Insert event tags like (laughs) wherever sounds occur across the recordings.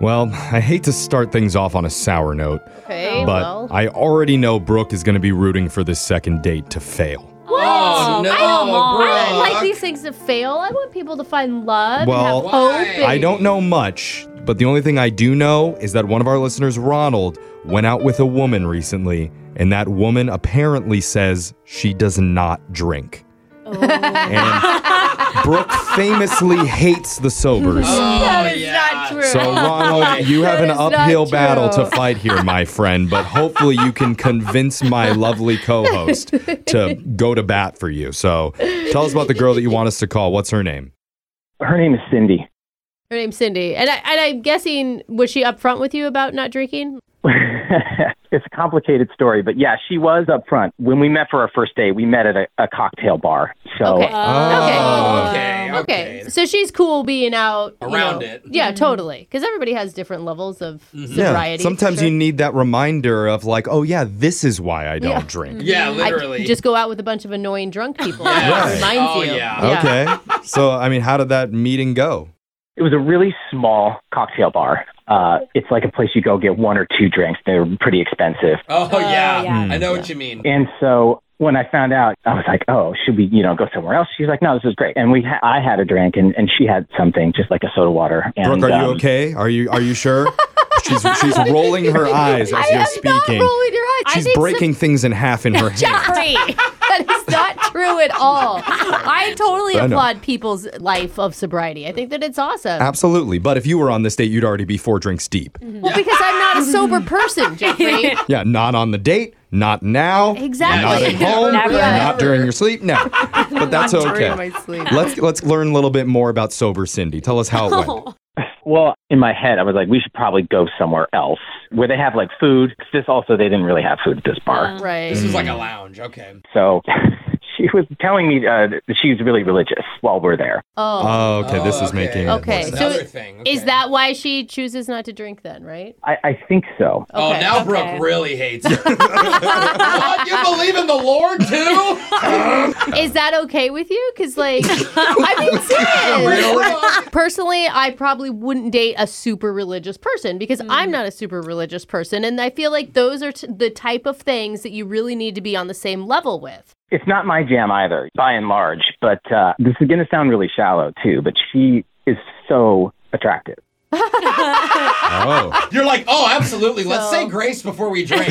Well, I hate to start things off on a sour note, Oh, Okay, but well. I already know Brooke is going to be rooting for this second date to fail. What? Oh, no, I don't, I don't Brooke. like these things to fail. I want people to find love Well, and have hope. Why? and- I don't know much, but the only thing I do know is that one of our listeners, Ronald, went out with a woman recently, and that woman apparently says she does not drink. And Brooke famously hates the sobers. (laughs) That Oh, is not true. (laughs) So, Ronald, you have an That is not uphill battle true. to fight here, my friend, but hopefully you can convince my lovely co host to go to bat for you. So, tell us about the girl that you want us to call. What's her name? Her name is Cindy. (laughs) Her name's Cindy, and I and I'm guessing was she upfront with you about not drinking? it's a complicated story, but yeah, she was up front. When we met for our first date, we met at a, a cocktail bar. So Okay. Oh. Okay, okay. okay. So she's cool being out you Around know. it. Mm-hmm. Yeah, totally. Because everybody has different levels of sobriety. for Sometimes sure. you need that reminder of, like, oh, yeah, this is why I don't Yeah. drink. Yeah, Mm-hmm. I literally. just go out with a bunch of annoying drunk people. (laughs) Yeah. It Right. reminds Oh, you. yeah. Okay. So, I mean, how did that meeting go? it was a really small cocktail bar. Uh, it's like a place you go get one or two drinks. They're pretty expensive. oh, uh, yeah. Hmm. yeah. I know what you mean. And so when I found out, I was like, oh, should we, you know, go somewhere else? She's like, no, this is great. And we, ha- I had a drink and, and she had something just like a soda water. And, Brooke, are you um, okay? Are you are you sure? she's she's rolling her eyes as (laughs) I you're am not speaking. rolling your eyes. I She's think so- breaking things in half in (laughs) her hand. Jeffrey, that is not true at all. I totally I know. applaud people's life of sobriety. I think that it's awesome. Absolutely. But if you were on this date, you'd already be four drinks deep. Well, because I'm not a sober person, Jeffrey. Yeah, not on the date, not now, Exactly. not at home, Never. not during your sleep. No, but that's okay. (laughs) Let's let's learn a little bit more about sober Cindy. Tell us how it (laughs) Oh. went. Well, in my head, I was like, we should probably go somewhere else where they have like food. 'Cause This also, they didn't really have food at this bar. Right. This is like a Hmm. lounge. Okay. So (laughs) she was telling me uh, that she's really religious while we're there. Oh. Oh, okay, this is okay. making it Okay, worse. That's so another thing. Is okay. that why she chooses not to drink then, right? I, I think so. Oh, Okay. now Brooke (laughs) really hates her. what? You believe in the Lord too? Is that okay with you? (laughs) Because, like, I'm being serious. Personally, I probably wouldn't date a super religious person because I'm not a super religious person. And I feel like those are t- the type of things that you really need to be on the same level with. It's not my jam either, by and large, but uh, this is going to sound really shallow too, but she is so attractive. Oh, You're like, oh, absolutely. Let's So- say grace before we drink.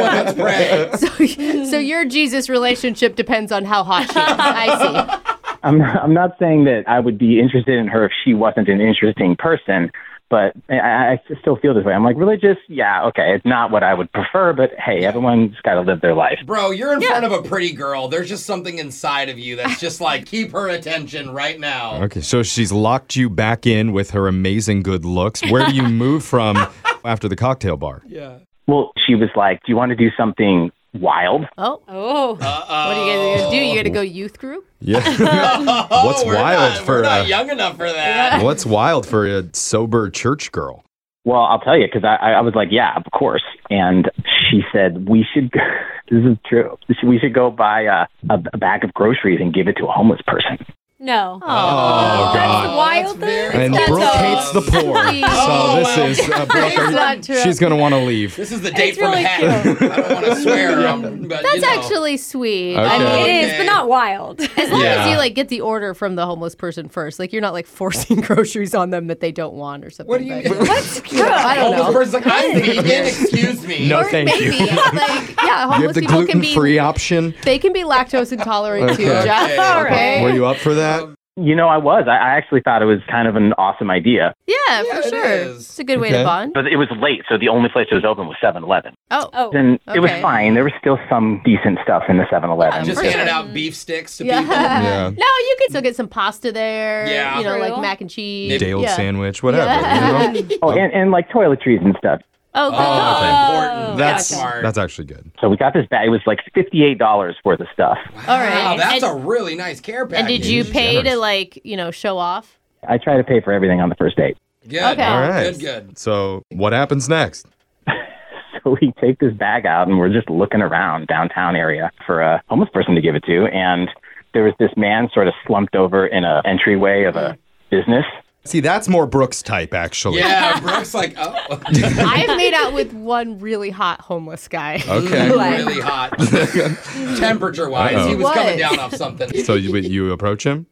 (laughs) let's pray. So, (laughs) so your Jesus relationship depends on how hot she is. I see. I'm, I'm not saying that I would be interested in her if she wasn't an interesting person, but I, I I still feel this way. I'm like, religious? Yeah, okay. It's not what I would prefer, but hey, everyone's got to live their life. Bro, you're in front of a pretty girl. There's just something inside of (laughs) you that's just like, keep her attention right now. okay. So she's locked you back in with her amazing good looks. Where do you move from after the cocktail bar? Yeah. Well, she was like, do you want to do something wild? Oh, Oh. what are you guys going to do? You going to go youth group? Yeah. (laughs) Oh, What's we're wild not, for, We're not uh, young enough for that. What's wild for a sober church girl? Well, I'll tell you because I, I I was like, yeah, of course. And she said we should. go- (laughs) This is true. We should go buy a, a, a bag of groceries and give it to a homeless person. No. Oh, That's God. wild. That's very- though. And That's Brooke awesome. hates the poor. Oh, So wow. this is uh, Brooke. That's are not you- true. She's gonna want to leave. This is the date from really heaven. I don't (laughs) want to swear. um, but, That's you know. actually sweet. I Okay. mean, Oh, It is, okay. but not wild. (laughs) As long as Yeah. you like get the order from the homeless person first, like you're not like forcing (laughs) groceries on them that they don't want or something. What do you but- (laughs) mean? (laughs) What's I don't Homeless know. person's like, I'm (laughs) vegan. Excuse me. No, Or thank maybe, you. (laughs) like, yeah, You homeless have the people can be gluten-free option. they can be lactose intolerant too, Okay. Jeff. Okay. Okay. Were you up for that? You know, I was. I, I actually thought it was kind of an awesome idea, Yeah, Yeah, for it sure. is. It's a good way Okay. to bond. but it was late, so the only place it was open was Seven Eleven. Oh, Oh. And it was Okay. fine. There was still some decent stuff in the Seven Eleven. Just For handing sure. out beef sticks to yeah. (laughs) people. Yeah. No, you could still get some pasta there. Yeah. You know, For like real? mac and cheese. Day old yeah. sandwich, whatever. (laughs) Yeah. you know? Oh, and, and like toiletries and stuff. Oh, good Oh, call. that's important. That's smart. that's actually good. So we got this bag. It was like fifty-eight dollars worth of stuff. All right. Wow, that's and, a really nice care package. and did you pay to Generous. like, you know, show (laughs) off? I try to pay for everything on the first date. Good. Okay. All right. Good, good. So what happens next? So (laughs) we take this bag out and we're just looking around downtown area for a homeless person to give it to. And there was this man sort of slumped over in a entryway of a business. See, that's more Brooks type, actually. (laughs) Yeah, Brooke's like, oh, (laughs) I've made (laughs) out with one really hot homeless guy. Uh, (laughs) Okay. (laughs) What? really hot. Temperature wise, he was Uh-oh. What? coming down off something. so you, but you approach him?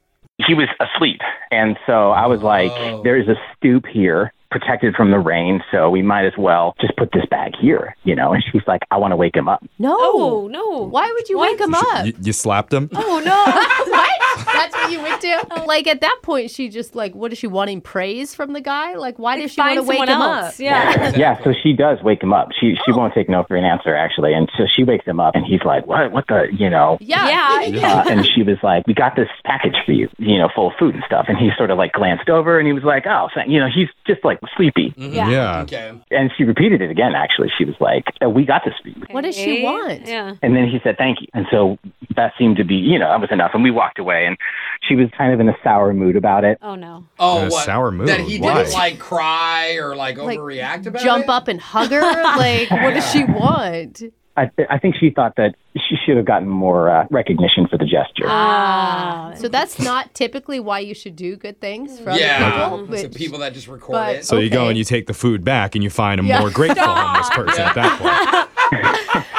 he was asleep. And so I was like, Oh. there is a stoop here protected from the rain, so we might as well just put this bag here, you know? And she's like, I want to wake him up. No. Oh no! Why would you What? wake him up? You, you slapped him? Oh (laughs) no! what? That's what you would do? Like at that point, she just like, what is she wanting praise from the guy? Like, why does she want to Find wake someone him else. up? Yeah. Yeah, so she does wake him up. She she won't take no for an answer actually. And so she wakes him up and he's like, What what the you know? Yeah. yeah. Uh, and she was like, "We got this package for you, you know, full of food and stuff." And he sort of like glanced over, and he was like, "Oh, thank-" you know, he's just like sleepy." Yeah. Okay. And she repeated it again. Actually, she was like, "Uh, "We got this for you." What does she Eh? want? Yeah. And then he said, thank you. And so that seemed to be, you know, that was enough. And we walked away and she was kind of in a sour mood about it. Oh no. Oh, a what? sour mood. That he Why? didn't like cry or like overreact about Jump it? up and hug her? Like, what does (laughs) she want? I, th- I think she thought that she should have gotten more uh, recognition for the gesture. Ah. So that's not typically why you should do good things for Yeah. other people. Some but- people that just record but- it. So you go Okay. and you take the food back and you find a Yeah. more grateful (laughs) homeless person at that point.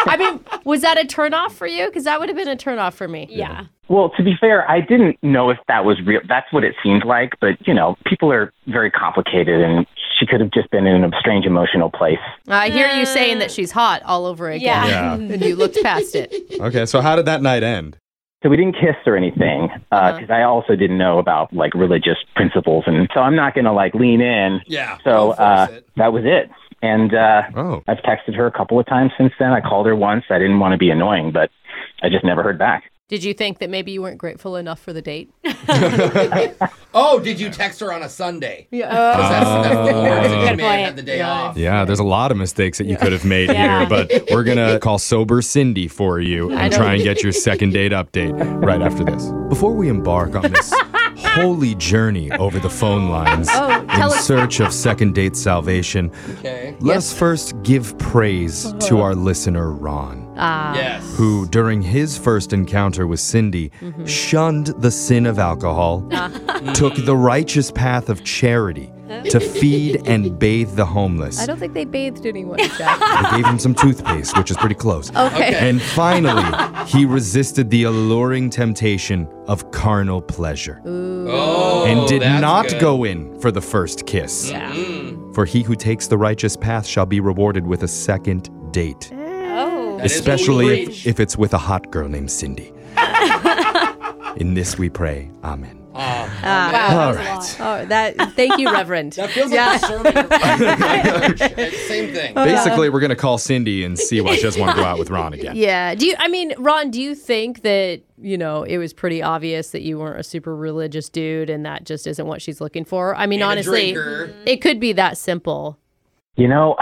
I mean, was that a turnoff for you? Because that would have been a turnoff for me. Yeah. Well, to be fair, I didn't know if that was real. That's what it seemed like. But, you know, people are very complicated and she could have just been in a strange emotional place. I hear you saying that she's hot all over again. Yeah. (laughs) And you looked past it. Okay, so how did that night end? So we didn't kiss or anything because I also didn't know about like religious principles. And so I'm not going to like lean in. Yeah. So don't force uh, it. that was it. And uh, Oh. I've texted her a couple of times since then. I called her once. I didn't want to be annoying, but I just never heard back. Did you think that maybe you weren't grateful enough for the date? Oh, did you text her on a Sunday? Yeah. 'Cause that's, that's the Oh. worst that Good you may have point. had the day Yeah. off. Yeah, there's a lot of mistakes that you could have made Yeah. here, but we're going to call Sober Cindy for you and know. try and get your second date update right after this. Before we embark on this holy journey over the phone lines Oh, in tell us- search of second date salvation, Okay. let us first give praise to our listener, Ron. Ah. Yes. who, during his first encounter with Cindy, shunned the sin of alcohol, took the righteous path of charity to feed and bathe the homeless. I don't think they bathed anyone, (laughs) Jack. They gave him some toothpaste, which is pretty close. Okay. And finally, he resisted the alluring temptation of carnal pleasure Oh, and did that's not good. Mm. go in for the first kiss. For he who takes the righteous path shall be rewarded with a second date. (laughs) Oh. That is what we especially if, preach. if it's with a hot girl named Cindy. In this we pray, Amen. Uh, Ah. All That was right. a lot. Oh, that. Thank you, Reverend. that feels like a sermon. (laughs) in church. It's Same thing. Oh, Basically, we're gonna call Cindy and see why she doesn't want to go out with Ron again. Yeah. Do you? I mean, Ron, do you think that you know it was pretty obvious that you weren't a super religious dude, and that just isn't what she's looking for? I mean, And a honestly, drinker. it could be that simple. You know,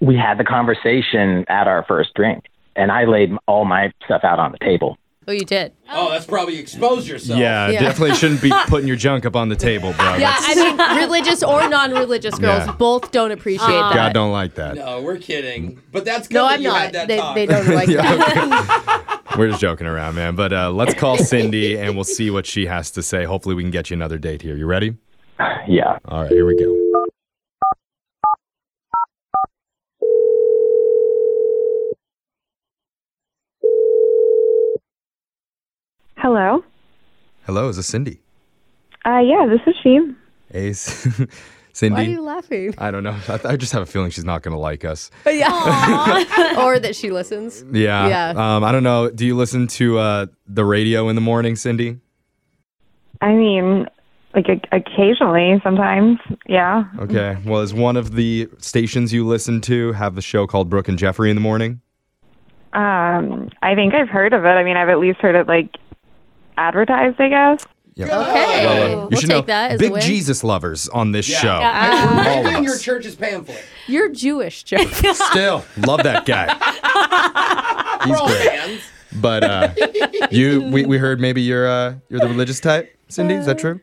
we had the conversation at our first drink, and I laid all my stuff out on the table. Oh, you did. Oh, that's probably expose yourself. Yeah, Yeah. definitely shouldn't be putting your junk up on the table, bro. Yeah, That's- I (laughs) mean, religious or non-religious girls Yeah. both don't appreciate that. God don't like that. No, we're kidding. But that's good no, that I'm you not. had that They, talk. they (laughs) don't like that. We're just joking around, man. But uh, let's (laughs) call Cindy and we'll see what she has to say. Hopefully, we can get you another date here. You ready? Yeah. All right, here we go. Hello. Hello, is this Cindy? Uh, yeah, this is she. Hey, (laughs) C- Cindy. Why are you laughing? I don't know. I, I just have a feeling she's not gonna like us. (laughs) Yeah. or that she listens. Yeah. Yeah. Um, I don't know. Do you listen to uh, the radio in the morning, Cindy? I mean, like o- occasionally, sometimes, yeah. Okay. Mm-hmm. Well, is one of the stations you listen to have the show called Brooke and Jeffrey in the morning? Um, I think I've heard of it. I mean, I've at least heard it like advertised, I guess. Oh. Yeah. Okay. Well, uh, you we'll should know, take that as big a win. Ah. Jesus lovers on this Yeah. show. Yeah. Hey, All we're of reading your us. church's pamphlet. You're Jewish, (laughs) Jeff. Still love that guy. He's Roll great. hands. But uh, you, we, we heard maybe you're uh, you're the religious type, Cindy. Is that true?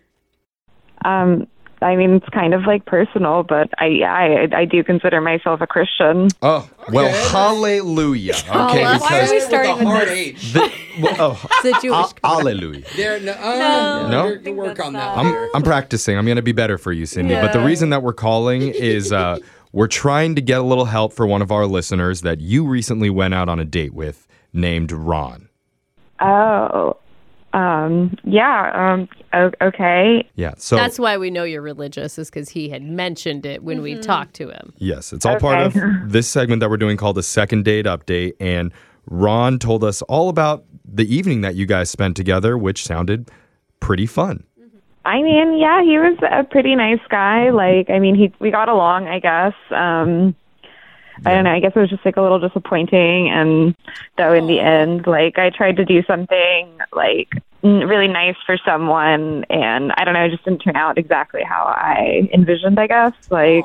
Um, I mean, it's kind of like personal, but I I I do consider myself a Christian. Oh, well, (laughs) hallelujah. Okay, Why are because we starting with with a hard this? H. the, well, oh, It's a Jewish. ha- hallelujah. There, no, uh, No. No? you're- you work on that. I'm later. I'm practicing. I'm gonna be better for you, Cindy. But the reason that we're calling is uh, we're trying to get a little help for one of our listeners that you recently went out on a date with, named Ron. Oh, um, yeah, um, o- okay. Yeah. So That's why we know you're religious, is because he had mentioned it when we talked to him. Yes, it's all part (laughs) of this segment that we're doing called the second date update. And Ron told us all about the evening that you guys spent together, which sounded pretty fun. I mean, yeah, he was a pretty nice guy. Like, I mean, he we got along, I guess. Um, I don't know. I guess it was just like a little disappointing, and though in the end, like I tried to do something like n- really nice for someone, and I don't know, it just didn't turn out exactly how I envisioned. I guess like.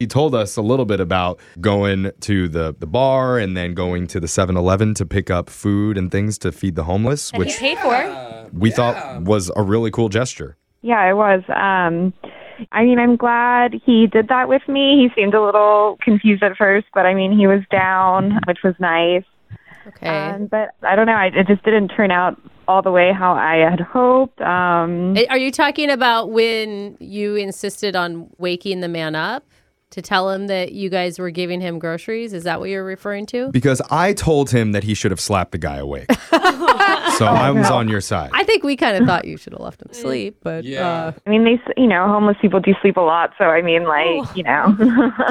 He told us a little bit about going to the, the bar and then going to the 7 Eleven to pick up food and things to feed the homeless, And he which paid for it. we thought was a really cool gesture. (laughs) Yeah, I was. Um, I mean, I'm glad he did that with me. He seemed a little confused at first, but I mean, he was down, which was nice. Okay. Um, but I don't know. I, it just didn't turn out all the way how I had hoped. Um, eh, Are you talking about when you insisted on waking the man up to tell him that you guys were giving him groceries? Is that what you're referring to? Because I told him that he should have slapped the guy (laughs) awake. so I was on your side. I think we kind of thought you should have left him asleep, but (laughs) Yeah. uh, I mean, they, s you know, homeless people do sleep a lot. So I mean, like, you know, (laughs)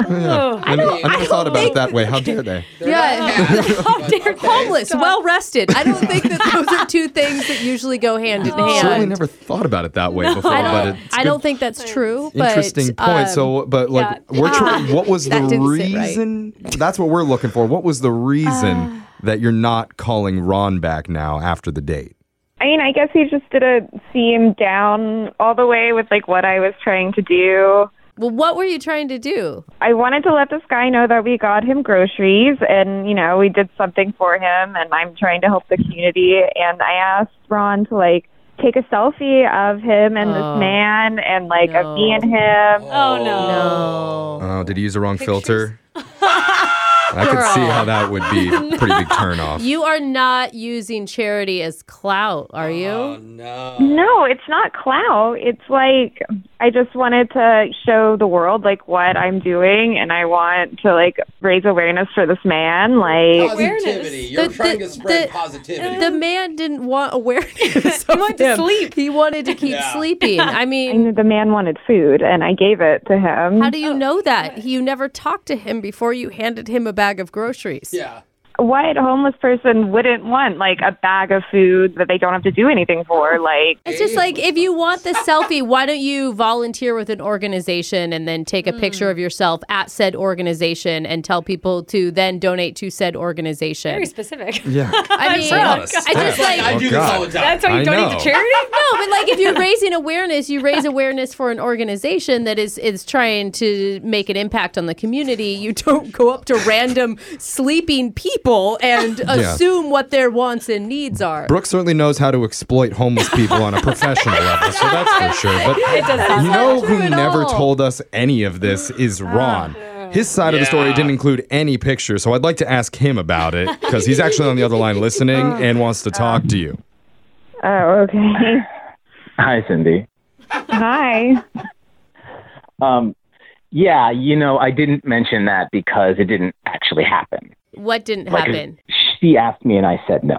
uh, I, never, I never thought about it that way. How dare they? (laughs) They're Yeah. not happy, but okay. homeless, well rested. I don't think that those are two things that usually go (laughs) hand in hand. Certainly never thought about it that way before, I but don't, it's I good don't think that's true. But, um, Ah, Interesting point. so, but like, yeah. we're trying, what (laughs) was the That didn't sit right. reason? That's what we're looking for. What was the reason Ah. that you're not calling Ron back now after the date? I mean, I guess he just didn't seem down all the way with like what I was trying to do. well, what were you trying to do? I wanted to let this guy know that we got him groceries and, you know, we did something for him and I'm trying to help the community. And I asked Ron to like take a selfie of him and Oh. this man and like of me No. and him. Oh no. Oh, Oh, did he use the wrong (laughs) filter? I could see how that would be a pretty big turnoff. you are not using charity as clout, are you? Oh no. No, it's not clout. It's like I just wanted to show the world like what I'm doing and I want to like raise awareness for this man. Like Positivity. You're The- trying the- to spread the- positivity. The man didn't (laughs) want awareness. he wanted to sleep. He wanted to keep Yeah. sleeping. I I mean, knew the man wanted food and I gave it to him. how do Oh, you know that? You never talked to him before you handed him a bag of groceries. yeah. what homeless person wouldn't want like a bag of food that they don't have to do anything for like It's just like if you want the selfie, why don't you volunteer with an organization and then take a picture of yourself at said organization and tell people to then donate to said organization? Very specific. (laughs) Yeah. I mean, shocked. it's just like I Oh, do this God. all the time. That's why you I donate know. to (laughs) charity? No, but like if you're raising awareness, you raise awareness for an organization that is is trying to make an impact on the community. You don't go up to random sleeping people and assume what their wants and needs are. Brooke certainly knows how to exploit homeless people on a professional level, so that's for (laughs) sure. But It does not You sound know true who at never all. Ah. told us any of this is Ron. His side of the story Yeah. didn't include any pictures, so I'd like to ask him about it because he's actually on the other line listening (laughs) and wants to talk to you. oh okay Hi, Cindy. hi Oh, Um, yeah, you know, I didn't mention that because it didn't actually happen. What didn't Like, happen? She asked me, and I said no.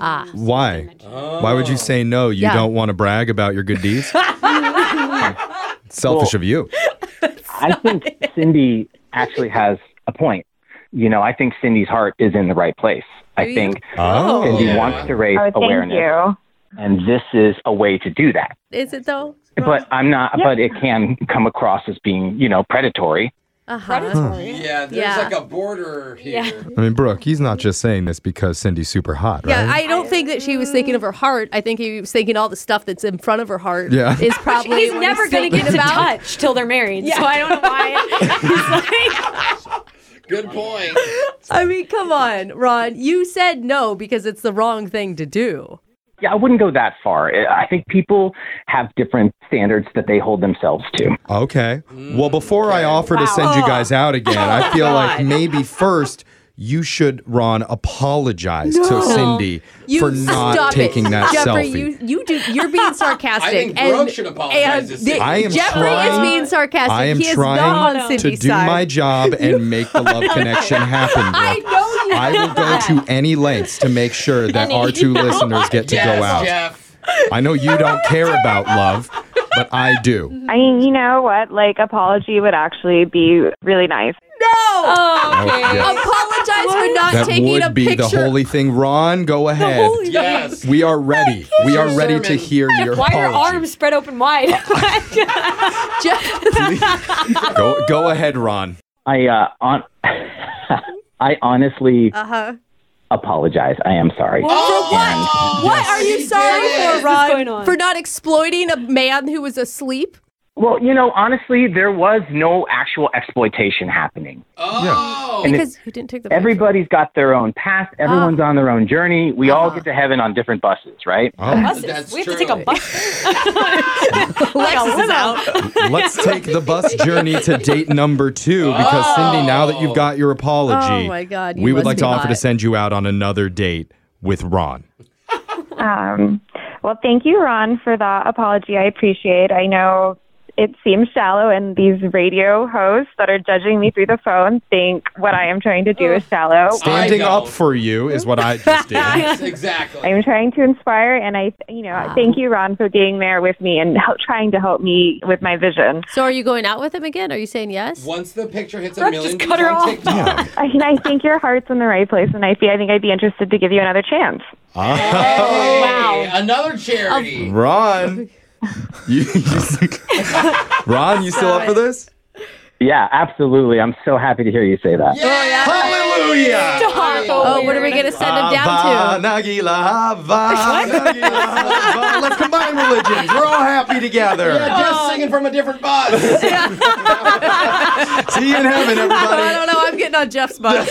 Ah, Why? Why would you Oh, say no? You Oh. Yeah. don't want to brag about your good deeds? (laughs) Selfish of you. I think Cindy actually has a point. You know, I think Cindy's heart is in the right place. I you? think Oh. Cindy Yeah. wants to raise oh thank awareness, you and this is a way to do that. is it though? But I'm not. But it can come across as being, you know, predatory. Uh huh. Predatory. Yeah, there's Yeah. like a border here. I mean, Brooke, he's not just saying this because Cindy's super hot, Yeah, right? I don't think that she was thinking of her heart. I think he was thinking all the stuff that's in front of her heart Yeah. is probably He's what never going to thinking get to about. touch till they're married. So I don't know why. He's like, Good point. I mean, come on, Ron. You said no because it's the wrong thing to do. yeah, I wouldn't go that far. I I think people have different standards that they hold themselves to. Okay. Mm, Well, before I offer to send you guys Oh. out (laughs) again, I feel like maybe first you should, Ron, apologize to Cindy You for not stop it. taking that Jeffrey, selfie. You, you do. You're being sarcastic. (laughs) I think and, Brooke should apologize and to the- Cindy. I am Jeffrey trying- is being sarcastic. I am he is trying not on to Cindy's do side. my job and make the (laughs) love connection happen. I Brooke. know you. I will go to any lengths to make sure that Any- Oh our (laughs) two listeners get to yes, go out. Jeff. I know you don't care about love, but I do. I mean, you know what? Like, apology would actually be really nice. Oh, yeah. apologize for not That taking a would be picture. the holy thing. Ron, go ahead. Yes. we are ready. We are ready to Sermon. hear your Why are apology. arms spread (laughs) open wide? (laughs) Jeff, Go, go ahead, Ron. I uh, on, (laughs) I honestly (laughs) uh-huh. apologize. I am sorry. Oh, for what? What are you She sorry did it. for, What is going Ron? on? For not exploiting a man who was asleep? Well, you know, honestly, there was no actual exploitation happening. Oh. And it- Because you didn't take the picture. Everybody's got their own path. Everyone's on their own journey. We all get to heaven on different buses, right? Oh, Buses. That's we have true. to take a bus. Lex is out. let's take the bus journey to date number two because, Cindy, now that you've got your apology, Oh, my God, you we would must like be to offer to hot. send you out on another date with Ron. Um, well, thank you, Ron, for that apology. I appreciate. I know it seems shallow, and these radio hosts that are judging me through the phone think what I am trying to do is shallow. Standing up don't. for you is what I (laughs) just did. Yes, exactly. I'm trying to inspire, and I, you know, thank you, Ron, for being there with me and help, trying to help me with my vision. So are you going out with him again? Are you saying yes? Once the picture hits a Brooke million just views cut her on off. TikTok, I, mean, I think your heart's in the right place, and I, feel, I think I'd be interested to give you another chance. Ah, hey, another charity. Oh, Ron, you, you- Ron, you still up for this? Yeah, absolutely. I'm so happy to hear you say that. yeah. Hallelujah! Oh, what are we going to send him down to? Hava, Nagila, Hava, Nagila, Hava. Let's combine religions. We're all happy together. Just singing from a different bus. (laughs) See you in heaven, everybody. I don't know. I'm getting on Jeff's bus.